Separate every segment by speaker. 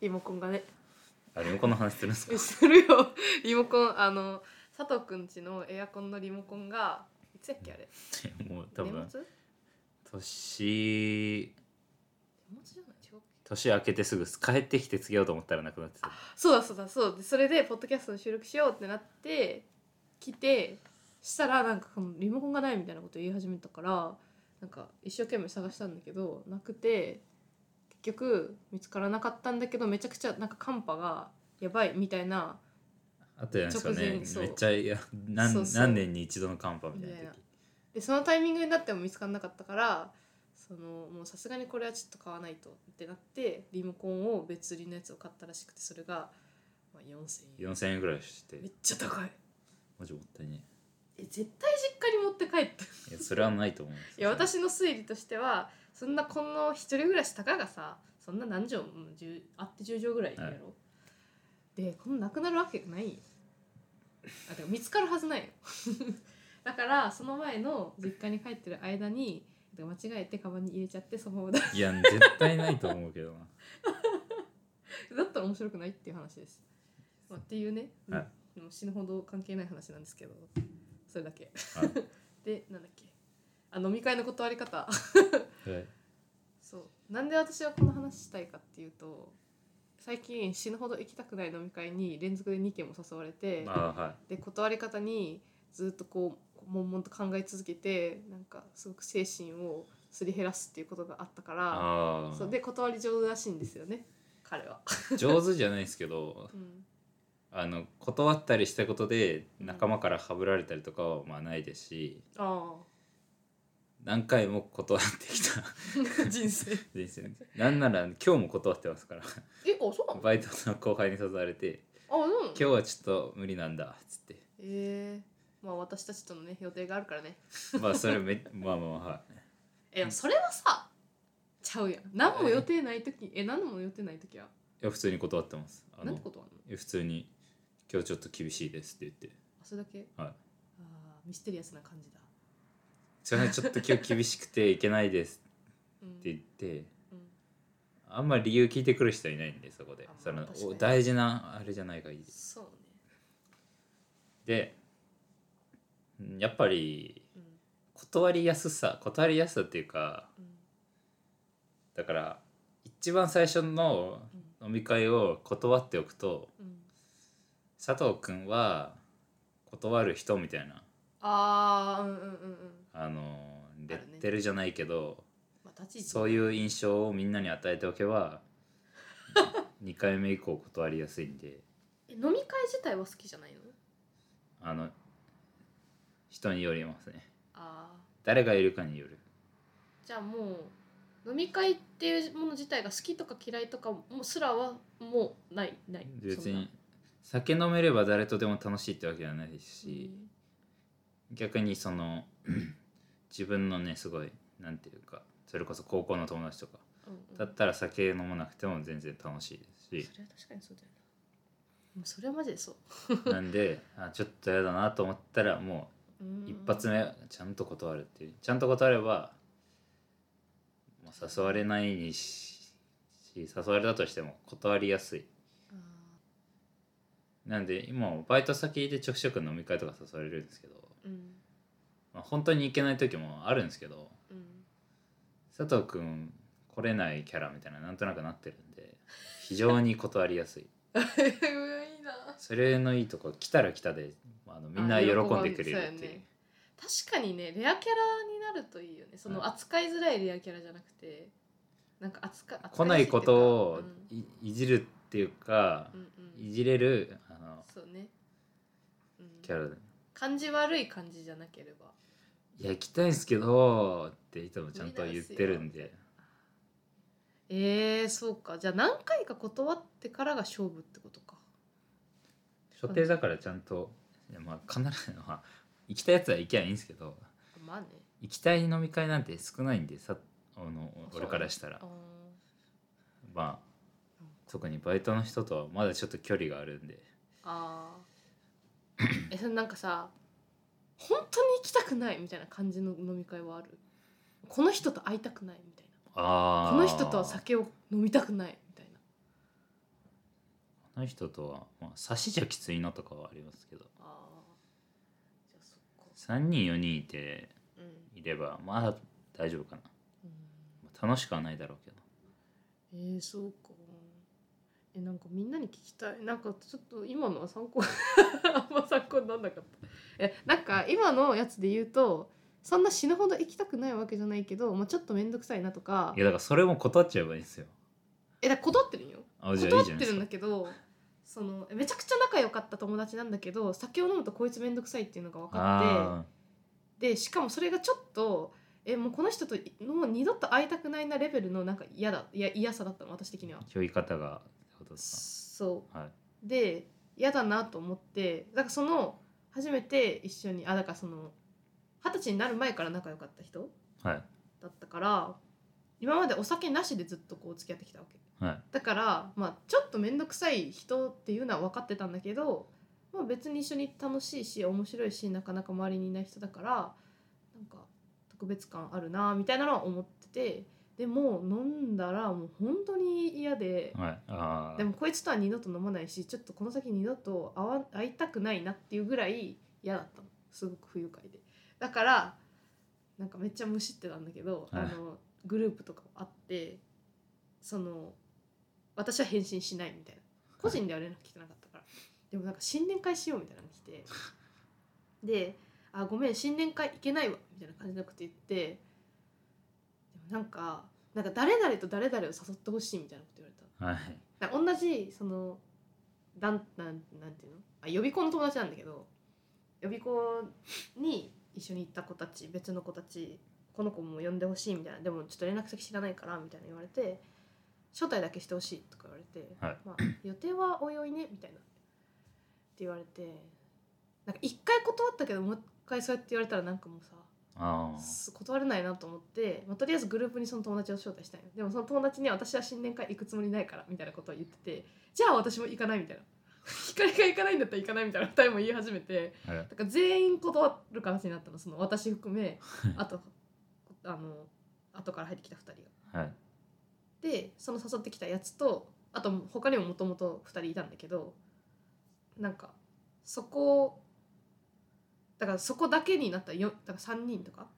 Speaker 1: リモコンがね
Speaker 2: あリモコンの話するんですか
Speaker 1: するよリモコンあの佐藤くんちのエアコンのリモコンがいつやっけあれ
Speaker 2: もう多
Speaker 1: 年
Speaker 2: 分
Speaker 1: 末年
Speaker 2: 年
Speaker 1: 末じゃない違うっけ
Speaker 2: 年明けてすぐ帰ってきてつけようと思ったらなくなってた
Speaker 1: そうだそうだそうでそれでポッドキャストの収録しようってなって来てしたらなんかこのリモコンがないみたいなこと言い始めたからなんか一生懸命探したんだけどなくて結局見つからなかったんだけどめちゃくちゃなんか寒波がやばいみたいな
Speaker 2: あとやんですか
Speaker 1: 直
Speaker 2: ね
Speaker 1: 前そう
Speaker 2: めっちゃいや何
Speaker 1: そうそう
Speaker 2: 何年に一度の寒波みたいな時
Speaker 1: でそのタイミングになっても見つからなかったからそのもうさすがにこれはちょっと買わないとってなってリモコンを別売りのやつを買ったらしくてそれが、まあ、4000円
Speaker 2: 4000円ぐらいして
Speaker 1: めっちゃ高い
Speaker 2: マジもったいね
Speaker 1: え絶対実家に持って帰った
Speaker 2: いやそれはないと思うんです
Speaker 1: い
Speaker 2: よ
Speaker 1: や私の推理としてはそんなこの一人暮らしたかがさそんな何畳も10あって10畳ぐらいやろ、
Speaker 2: はい
Speaker 1: でこんななくなるわけないよあてか見つかるはずないよ だからその前の実家に帰ってる間にてか間違えてカバンに入れちゃってそのままだ
Speaker 2: いや絶対ないと思う けどな
Speaker 1: だったら面白くないっていう話です、まあ、っていうね、
Speaker 2: は
Speaker 1: うんもう死ぬほど関係ない話なんですけどそれだけ
Speaker 2: はい
Speaker 1: でなんだっけあ飲み会の断り方
Speaker 2: はい
Speaker 1: そうなんで私はこの話したいかっていうと最近死ぬほど行きたくない飲み会に連続で2件も誘われて
Speaker 2: ああはい
Speaker 1: で断り方にずっとこう悶々と考え続けてなんかすごく精神をすり減らすっていうことがあったから
Speaker 2: あ
Speaker 1: そうで 断り上手らしいんですよね彼は。
Speaker 2: あ上手じゃないですけど
Speaker 1: うん
Speaker 2: あの断ったりしたことで仲間からはぶられたりとかはまあないですし
Speaker 1: あ
Speaker 2: 何回も断ってきた
Speaker 1: あ 人生
Speaker 2: 人生なんなら今日も断ってますから
Speaker 1: えあそうなの
Speaker 2: バイトの後輩に誘われて
Speaker 1: あそうなの
Speaker 2: 「今日はちょっと無理なんだ」っつって
Speaker 1: えー、まあ私たちとのね予定があるからね
Speaker 2: まあそれめ まあまあまあは
Speaker 1: えでもそれはさちゃうやん何も予定ない時え何も予定ない時はい
Speaker 2: いや普通に断ってますあ
Speaker 1: 何
Speaker 2: の
Speaker 1: てことあんの
Speaker 2: いや普通に「今日ちょっと厳しいです」って言って
Speaker 1: あそれだけ
Speaker 2: はい
Speaker 1: あーミステリアスな感じだ、
Speaker 2: 「すいませんちょっと今日厳しくていけないです」
Speaker 1: うん、
Speaker 2: って言って
Speaker 1: うん
Speaker 2: あんまり理由聞いてくる人いないんでそこで
Speaker 1: あまあ
Speaker 2: その
Speaker 1: 確かに
Speaker 2: お大事なあれじゃない限り
Speaker 1: そうね
Speaker 2: でうんやっぱり
Speaker 1: うん
Speaker 2: 断りやすさ断りやすさっていうか
Speaker 1: うん
Speaker 2: だから一番最初の
Speaker 1: う
Speaker 2: 飲み会を断っておくと
Speaker 1: うん
Speaker 2: 佐藤君は断る人みたいな
Speaker 1: ああうんうんうんうん
Speaker 2: あのレ
Speaker 1: あるね
Speaker 2: ッテルじゃないけど、
Speaker 1: まあ立ち位置
Speaker 2: そういう印象をみんなに与えておけば2回目以降断りやすいんで
Speaker 1: え飲み会自体は好きじゃないの
Speaker 2: あの人によりますね
Speaker 1: ああ
Speaker 2: 誰がいるかによる
Speaker 1: じゃあもう飲み会っていうもの自体が好きとか嫌いとかもすらはもうないない
Speaker 2: 別に酒飲めれば誰とでも楽しいってわけじゃないです
Speaker 1: そんな
Speaker 2: し、逆にその 自分のねすごいなんていうかそれこそ高校の友達とか
Speaker 1: うんうんうん
Speaker 2: だったら酒飲まなくても全然楽しいで すし
Speaker 1: それは確かにそうだよなもうそれはマジでそう
Speaker 2: なんであちょっとやだなと思ったらも
Speaker 1: うん
Speaker 2: う一発目ちゃんと断るっていうちゃんと断ればもう誘われないにしし誘われたとしても断りやすい
Speaker 1: あー
Speaker 2: なんで今もバイト先でちょくちょく飲み会とか誘われるんですけど、
Speaker 1: うん
Speaker 2: まあ、本当に行けない時もあるんですけど
Speaker 1: うん
Speaker 2: 佐藤君来れないキャラみたいななんとなくなってるんで非常に断りやすい
Speaker 1: いいな
Speaker 2: それのいいとこ来たら来たであのみんな
Speaker 1: あ
Speaker 2: 喜
Speaker 1: 喜
Speaker 2: ん
Speaker 1: ん
Speaker 2: で
Speaker 1: で
Speaker 2: くれるっていう
Speaker 1: そうやね確かにねレアキャラになるといいよねその
Speaker 2: はい
Speaker 1: 扱いづらいレアキャラじゃなくてなんか扱い
Speaker 2: 来
Speaker 1: 扱
Speaker 2: ない
Speaker 1: やす
Speaker 2: ことをい,、じるっていうか、
Speaker 1: うんうんうん
Speaker 2: いじれるあの
Speaker 1: そうね、うん、
Speaker 2: キャラで
Speaker 1: 感じ悪い感じじゃなければ
Speaker 2: 「いや行きたいんすけど」っていつもちゃんと言ってるんで
Speaker 1: えー、そうかじゃあ何回か断ってからが勝負ってことか
Speaker 2: 所定だからちゃんといやまあ必ずまあ行きたいやつは行きゃいいんですけど
Speaker 1: まあね
Speaker 2: 行きたい飲み会なんて少ないんでさあの
Speaker 1: あそう
Speaker 2: 俺からしたら
Speaker 1: あー
Speaker 2: まあ特にバイトの人とはまだちょっと距離があるんで
Speaker 1: あ ーえそれなんかさ本当に行きたくないみたいな感じの飲み会はあるこの人と会いたくないみたいな
Speaker 2: あ
Speaker 1: この人とは酒を飲みたくないみたいな
Speaker 2: の人とは、まあ、差しじゃきついなとかはありますけど
Speaker 1: ああじゃあそっか
Speaker 2: 3人4人いて
Speaker 1: うん、
Speaker 2: いればまあ大丈夫かな
Speaker 1: うん
Speaker 2: まあ楽しくはないだろうけど
Speaker 1: えー、そうかえなんかみんなに聞きたいなんかちょっと今のは参考 あんま参考になんなかったえなんか今のやつで言うとそんな死ぬほど行きたくないわけじゃないけど、まあ、ちょっと面倒くさいなとか
Speaker 2: いやだからそれも断っちゃえばいいんですよ
Speaker 1: えだから断ってるんよ
Speaker 2: あじゃあい
Speaker 1: 断
Speaker 2: い
Speaker 1: っ
Speaker 2: じゃない
Speaker 1: てる
Speaker 2: です
Speaker 1: ん
Speaker 2: か
Speaker 1: だけどそのめちゃくちゃ仲良かった友達なんだけど酒を飲むとこいつ面倒くさいっていうのが分か
Speaker 2: あ
Speaker 1: ってでしかもそれがちょっとえもうこの人ともう二度と会いたくないなレベルのなんか嫌だいや嫌さだったの私的には
Speaker 2: あ。酔い方がってことです
Speaker 1: そう
Speaker 2: かはい
Speaker 1: で嫌だなと思ってだからその初めて一緒にあだからその二十歳になる前から仲良かった人
Speaker 2: はい
Speaker 1: だったから今までお酒なしでずっとこう付き合ってきたわけ
Speaker 2: はい
Speaker 1: だから、まあ、ちょっと面倒くさい人っていうのは分かってたんだけど、まあ、別に一緒に楽しいし面白いしなかなか周りにいない人だからなんか特別感あるなみたいなのは思っててでも飲んだらもう本当に嫌で。
Speaker 2: はいあ
Speaker 1: でもこいつとは二度と飲まないしちょっとこの先二度と会わ会いたくないなっていうぐらい嫌だったのすごく不愉快でだからなんかめっちゃ無視ってたんだけど、
Speaker 2: はい
Speaker 1: あのグループとかもあってその私は返信しないみたいな個人では連絡来てなかったからでもなんか新年会しようみたいなのが来てで「あごめん新年会行けないわ」みたいな感じのこと言ってでもなんかなんか誰々と誰々を誘ってほしいみたいなこと言われた
Speaker 2: あはい
Speaker 1: だから同じそのだんなんなんていうのあ予備校の友達なんだけど予備校に一緒に行った子たち別の子たちこの子も呼んでほしいみたいなでもちょっと連絡先知らないからみたいな言われて招待だけしてほしいとか言われて、
Speaker 2: はい
Speaker 1: まあ、予定はおいおいねみたいなって言われてなんか一回断ったけどもう一回そうやって言われたらなんかもうさ
Speaker 2: ああ
Speaker 1: す断れないなと思って、まあ、とりあえずグループにその友達を招待したいのでもその友達には私は新年会行くつもりないからみたいなことを言っててじゃあ私も行かないみたいな 光が行かないんだったら行かないみたいな2人も言い始めて
Speaker 2: はい
Speaker 1: だから全員断る形になったのその私含めあとあの後から入ってきた2人が。
Speaker 2: はい
Speaker 1: でその誘ってきたやつとあと他にももともと2人いたんだけどなんかそこだからそこだけになったらよだから3人とか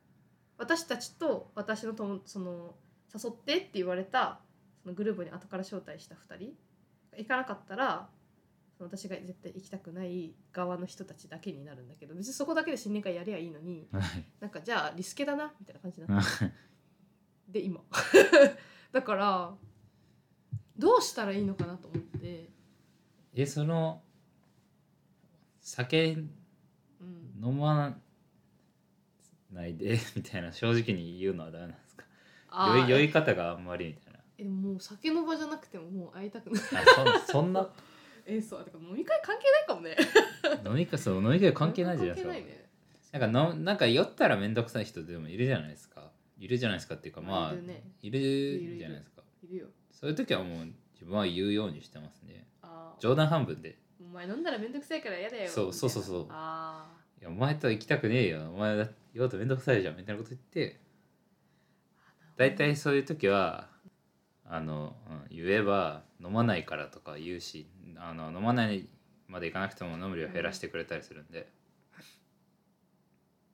Speaker 1: 私たちと私のともその誘ってって言われたそのグループに後から招待した2人行かなかったらその私が絶対行きたくない側の人たちだけになるんだけど別にそこだけで新年会やりゃいいのに
Speaker 2: はい
Speaker 1: なんかじゃあリスケだなみたいな感じになってで今 だからどうしたらいいのかなと思って、
Speaker 2: えその酒
Speaker 1: うん、
Speaker 2: 飲まないでみたいな正直に言うのはダメなんですか
Speaker 1: あ
Speaker 2: 酔い酔
Speaker 1: ー
Speaker 2: い方があんまりみたいな
Speaker 1: えもう酒の場じゃなくてももう会いたくない
Speaker 2: あそそんな
Speaker 1: えそうだから飲み会関係ないかもね
Speaker 2: 飲み会そう飲み会関係ないじゃないですか
Speaker 1: 飲み会関係ないね
Speaker 2: なんかのなんか酔ったら面倒くさい人でもいるじゃないですかいるじゃないですかっていうかまあ
Speaker 1: いるね
Speaker 2: いるじゃないですか
Speaker 1: いるよ
Speaker 2: そういう時はもう自分は言うようにしてますね
Speaker 1: あー
Speaker 2: 冗談半分で
Speaker 1: お前飲んだらめんどくさいから嫌だよ
Speaker 2: そう
Speaker 1: みたいな
Speaker 2: そうそうそう
Speaker 1: あー
Speaker 2: 「いやお前とは行きたくねえよお前だ酔うと面倒くさいじゃん」みたいなこと言って大体そういう時はあの、うん言えば飲まないからとか言うしあの飲まないまでいかなくても飲む量減らしてくれたりするんで、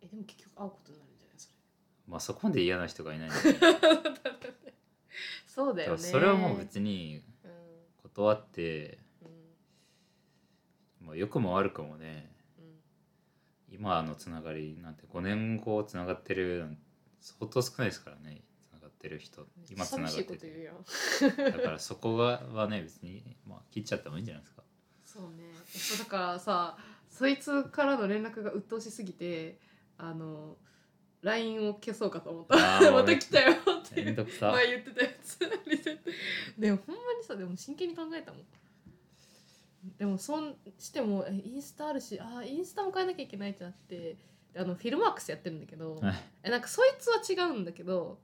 Speaker 1: えでも結局会うことになるんじゃないそれ
Speaker 2: まあそこまで嫌な人がいないんで
Speaker 1: そうだよね
Speaker 2: それはもう別に
Speaker 1: うん
Speaker 2: 断って、
Speaker 1: うん
Speaker 2: まあ、良くも悪くもね
Speaker 1: うん
Speaker 2: 今のつながりなんて5年後つながってるなんて相当少ないですからねつながってる人今つ
Speaker 1: 寂
Speaker 2: なが
Speaker 1: し
Speaker 2: っ
Speaker 1: いこ
Speaker 2: て
Speaker 1: と言う
Speaker 2: て
Speaker 1: よ
Speaker 2: だからそこがはね別に、まあ、切っちゃってもいいんじゃないですか
Speaker 1: そうねそうだからさそいつからの連絡が鬱陶しすぎてあの LINE を消そうかと思った
Speaker 2: あー
Speaker 1: また来たよって
Speaker 2: めんどくさ
Speaker 1: 前言ってたやつ リセットでもほんまにさでも真剣に考えたもんでもそうしてもえインスタあるしあーインスタも変えなきゃいけないってなってであのフィルマークスやってるんだけど、
Speaker 2: はい
Speaker 1: えなんかそいつは違うんだけど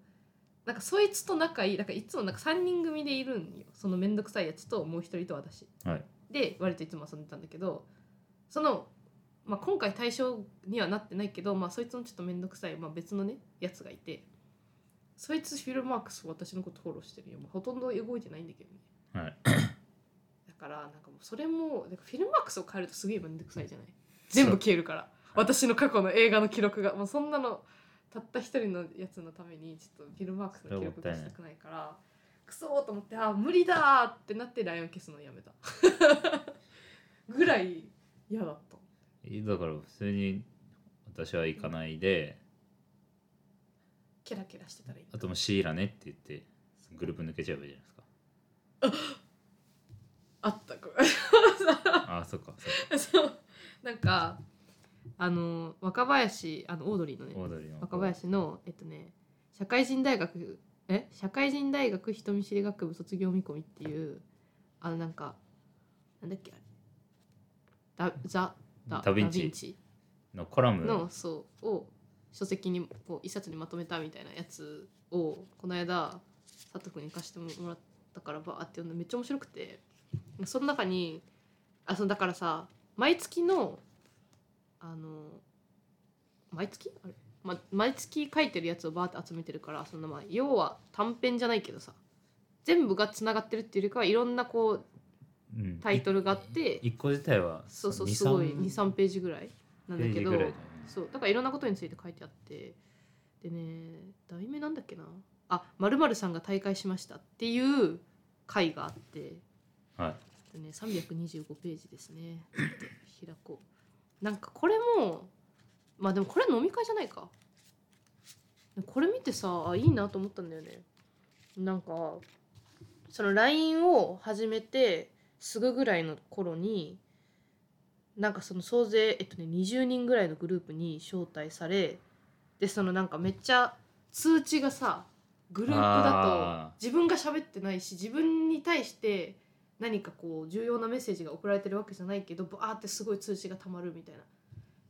Speaker 1: なんかそいつと仲いいだからいつもなんか3人組でいるんよその面倒くさいやつともう一人と私、
Speaker 2: はい
Speaker 1: で割といつも遊んでたんだけどその、まあ、今回対象にはなってないけど、まあ、そいつのちょっと面倒くさい、まあ、別のねやつがいてそいつフィルマークス私のことフォローしてるよ、まあ、ほとんど動いてないんだけどね
Speaker 2: はい
Speaker 1: だからからなんかもうそれもなんかフィルマークスを変えるとすげえ面倒くさいじゃない全部消えるから私の過去の映画の記録がもうそんなのたった一人のやつのためにちょっとフィルマークスの記録がしたくないからクソーと思ってあー無理だーってなってライオン消すのをやめた ぐらい嫌だった
Speaker 2: だから普通に私は行かないで
Speaker 1: ケラケラしてたらいい
Speaker 2: あともうシーラねって言ってグループ抜けちゃえばいいじゃない ですか
Speaker 1: あったこれ
Speaker 2: ああそっかそ っ
Speaker 1: そうなんかあの若林あのオードリーのね
Speaker 2: かオードリーの
Speaker 1: 若林のえっとね社会人大学え社会人大学人見知り学部卒業見込みっていうあのなんかなんだっけあれダザダ
Speaker 2: ダヴィン
Speaker 1: ダヴィン
Speaker 2: チ
Speaker 1: チ
Speaker 2: のコラム
Speaker 1: のそうを書籍にこう一冊にまとめたみたいなやつをこの間佐藤君に貸してもらったからバーって読んでめっちゃ面白くてその中にあそのだからさ毎月のあの毎月あれ、ま、毎月書いてるやつをバーって集めてるからそんなまあ要は短編じゃないけどさ全部がつながってるっていうよりかはいろんなこう
Speaker 2: うん
Speaker 1: タイトルがあって
Speaker 2: 一個自体は
Speaker 1: そうそう
Speaker 2: 二
Speaker 1: すごい
Speaker 2: 三
Speaker 1: 23ページぐらいなんだ
Speaker 2: ペー
Speaker 1: け
Speaker 2: ジ
Speaker 1: ど
Speaker 2: ぐらいだよね
Speaker 1: そうだからいろんなことについて書いてあってでね題名なんだっけなあまるさんが大会しましたっていう回があって
Speaker 2: はい
Speaker 1: で、ね、325ページですねちょっと開こうなんかこれもまあでもこれ飲み会じゃないかこれ見てさあいいなと思ったんだよねなんかその LINE を始めてすぐぐらいの頃になんかその総勢、えっとね、20人ぐらいのグループに招待されでそのなんかめっちゃ通知がさグループだ
Speaker 2: あ
Speaker 1: と自分が喋ってないし自分に対して何かこう重要なメッセージが送られてるわけじゃないけどバーってすごい通知がたまるみたいな。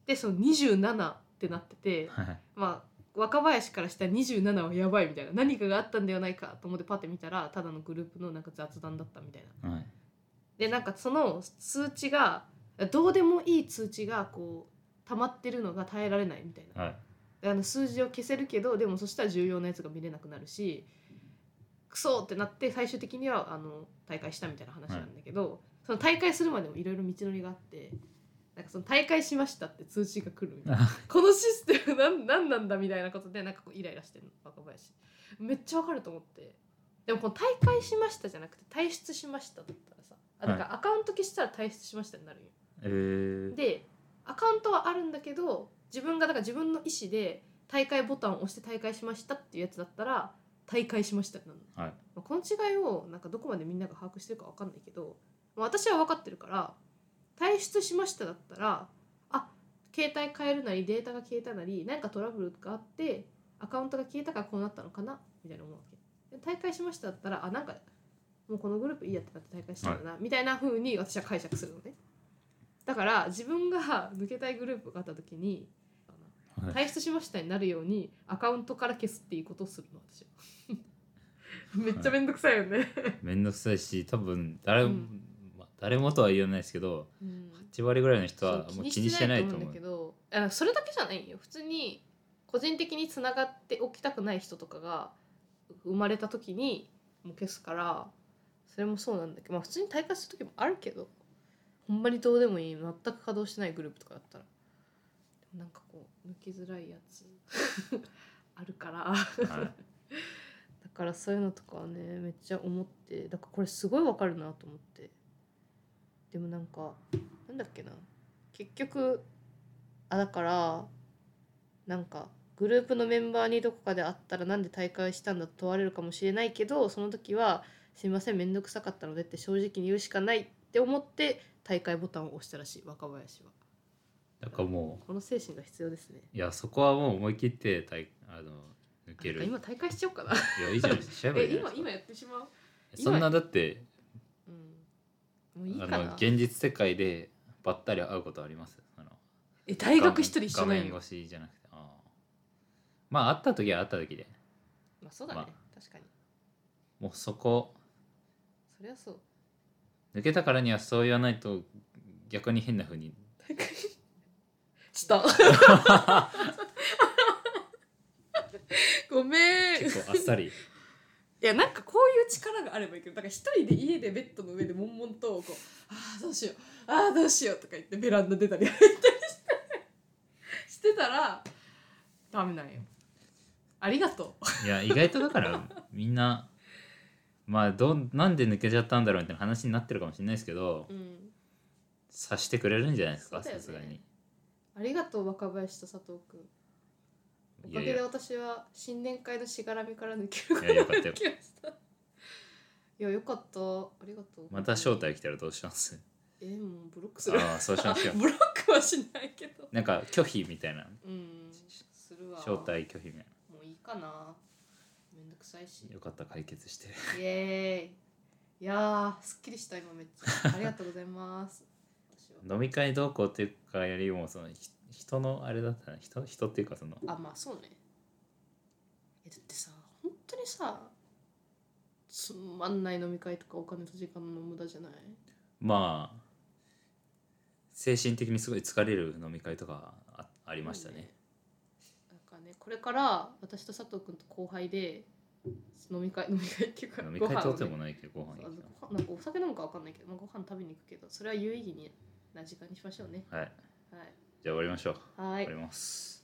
Speaker 1: でその27ってなってて
Speaker 2: はい
Speaker 1: まあ若林からしたら27はやばいみたいな何かがあったんではないかと思ってパッて見たらただのグループのなんか雑談だったみたいな。
Speaker 2: はい
Speaker 1: でなんかその通知がどうでもいい通知がこう溜まってるのが耐えられないみたいな
Speaker 2: はい
Speaker 1: であの数字を消せるけどでもそしたら重要なやつが見れなくなるしクソってなって最終的にはあの大会したみたいな話なんだけど、その大会するまでもいろいろ道のりがあってなんかその大会しましたって通知が来るみたいなこのシステムなんなんなんだみたいなことでなんかこうイライラしてるの若林めっちゃわかると思ってでもこの大会しましたじゃなくて退出しましただったらさあだからアカウント消したら退出しましたになるんよ
Speaker 2: えー、
Speaker 1: でアカウントはあるんだけど自分がだから自分の意思で大会ボタンを押して大会しましたっていうやつだったら大会しましたってなるの、
Speaker 2: はい
Speaker 1: まあ、この違いをなんかどこまでみんなが把握してるかわかんないけど、まあ、私は分かってるから退出しましただったらあ携帯変えるなりデータが消えたなり何かトラブルがあってアカウントが消えたからこうなったのかなみたいな思うわけで大会しましただったらあなんかもうこのグループいいやってなって大会したんだな、みたいな風に私は解釈するのねだから自分が抜けたいグループがあった時に
Speaker 2: はい
Speaker 1: 退出しましたになるようにアカウントから消すっていうことをするの私はめっちゃめんどくさいよね、
Speaker 2: めんどくさいし多分誰,、
Speaker 1: うん
Speaker 2: まあ、誰もとは言わないですけど
Speaker 1: うん
Speaker 2: 8割ぐらいの人
Speaker 1: そう
Speaker 2: はもう気にしてないと思
Speaker 1: ん
Speaker 2: う
Speaker 1: だけどあのそれだけじゃないよ普通に個人的につながっておきたくない人とかが生まれた時にもう消すからそれもそうなんだけど、まあ、普通に退化する時もあるけどほんまにどうでもいい全く稼働してないグループとかだったらでもなんかこう抜きづらいやつ あるから。
Speaker 2: はい
Speaker 1: だからそういうのとかはねめっちゃ思ってだからこれすごいわかるなと思ってでもなんかなんだっけな結局あだからなんかグループのメンバーにどこかで会ったらなんで大会したんだと問われるかもしれないけどその時は「すいません面倒くさかったので」って正直に言うしかないって思って大会ボタンを押したらしい若林は
Speaker 2: だからも
Speaker 1: この精神が必要ですね
Speaker 2: ういやそこはもう思い切ってたいあの抜ける
Speaker 1: なんか今大会しちゃおうかな
Speaker 2: いやいいじゃないしちゃえばいい
Speaker 1: え
Speaker 2: じゃな
Speaker 1: 今
Speaker 2: い
Speaker 1: 今や
Speaker 2: ですか
Speaker 1: ってしまう、今
Speaker 2: そんなだって
Speaker 1: うん、もういいか
Speaker 2: あの
Speaker 1: な
Speaker 2: 現実世界でばったり会うことありますあの
Speaker 1: え大学一人一緒
Speaker 2: 画
Speaker 1: なん
Speaker 2: 面画面
Speaker 1: よ
Speaker 2: 越しじゃなくてああまあ会った時は会った時で
Speaker 1: まあそうだね、
Speaker 2: ま
Speaker 1: 確かに
Speaker 2: もうそこ
Speaker 1: そりゃ そう
Speaker 2: 抜けたからにはそう言わないと逆に変なふうに
Speaker 1: 大会したごめん
Speaker 2: 結構あっさり
Speaker 1: いやなんかこういう力があればいいけどだから一人で家でベッドの上で悶々とこう「ああどうしようああどうしよう」とか言ってベランダ出たり入ったりしてしてたらダメなんよ。ありがとう。
Speaker 2: いや意外とだからみんなまあどんなんで抜けちゃったんだろうみたいな話になってるかもしれないですけど
Speaker 1: うん、
Speaker 2: 察してくれるんじゃないですか
Speaker 1: そうだよ
Speaker 2: さ
Speaker 1: ね
Speaker 2: すがに
Speaker 1: ありがとう若林と佐藤君。お
Speaker 2: い
Speaker 1: か
Speaker 2: やい
Speaker 1: げで
Speaker 2: や
Speaker 1: 私は新年会のしがらみから抜けるこ
Speaker 2: いやよ
Speaker 1: と
Speaker 2: か
Speaker 1: が
Speaker 2: ったよ
Speaker 1: できました。いやよかった。ありがとう。
Speaker 2: また招待来たらどうします
Speaker 1: えもうブロックする。
Speaker 2: ああそうしまし ょう
Speaker 1: ブロックはしないけど。
Speaker 2: なんか拒否みたいな
Speaker 1: うん。するわ。
Speaker 2: 招待拒否みたい
Speaker 1: もういいかな。めんどくさいし
Speaker 2: な。よかった解決して
Speaker 1: イエーイ。いやー、すっきりした今めっちゃ。ありがとうございます。私は
Speaker 2: 飲み会どうこうっていうかよりもそのひ人のあれだったな人人っていうかその
Speaker 1: あ、まあそうね。え、だってさ、本当にさ、つまんない飲み会とかお金と時間の無駄じゃない
Speaker 2: まあ精神的にすごい疲れる飲み会とかああ
Speaker 1: あ
Speaker 2: りましたね。
Speaker 1: なんかね、これから私と佐藤君と後輩で飲み会飲み会っていうか
Speaker 2: 飲み会
Speaker 1: ご飯
Speaker 2: と
Speaker 1: を
Speaker 2: て
Speaker 1: ね
Speaker 2: もないけどご飯行
Speaker 1: そう
Speaker 2: き
Speaker 1: ご飯なんかお酒なんかわかんないけど、まあ、ご飯食べに行くけどそれは有意義にな時間にしましょうね
Speaker 2: たはい
Speaker 1: はい
Speaker 2: じゃあ終わりましょう終
Speaker 1: はい
Speaker 2: わります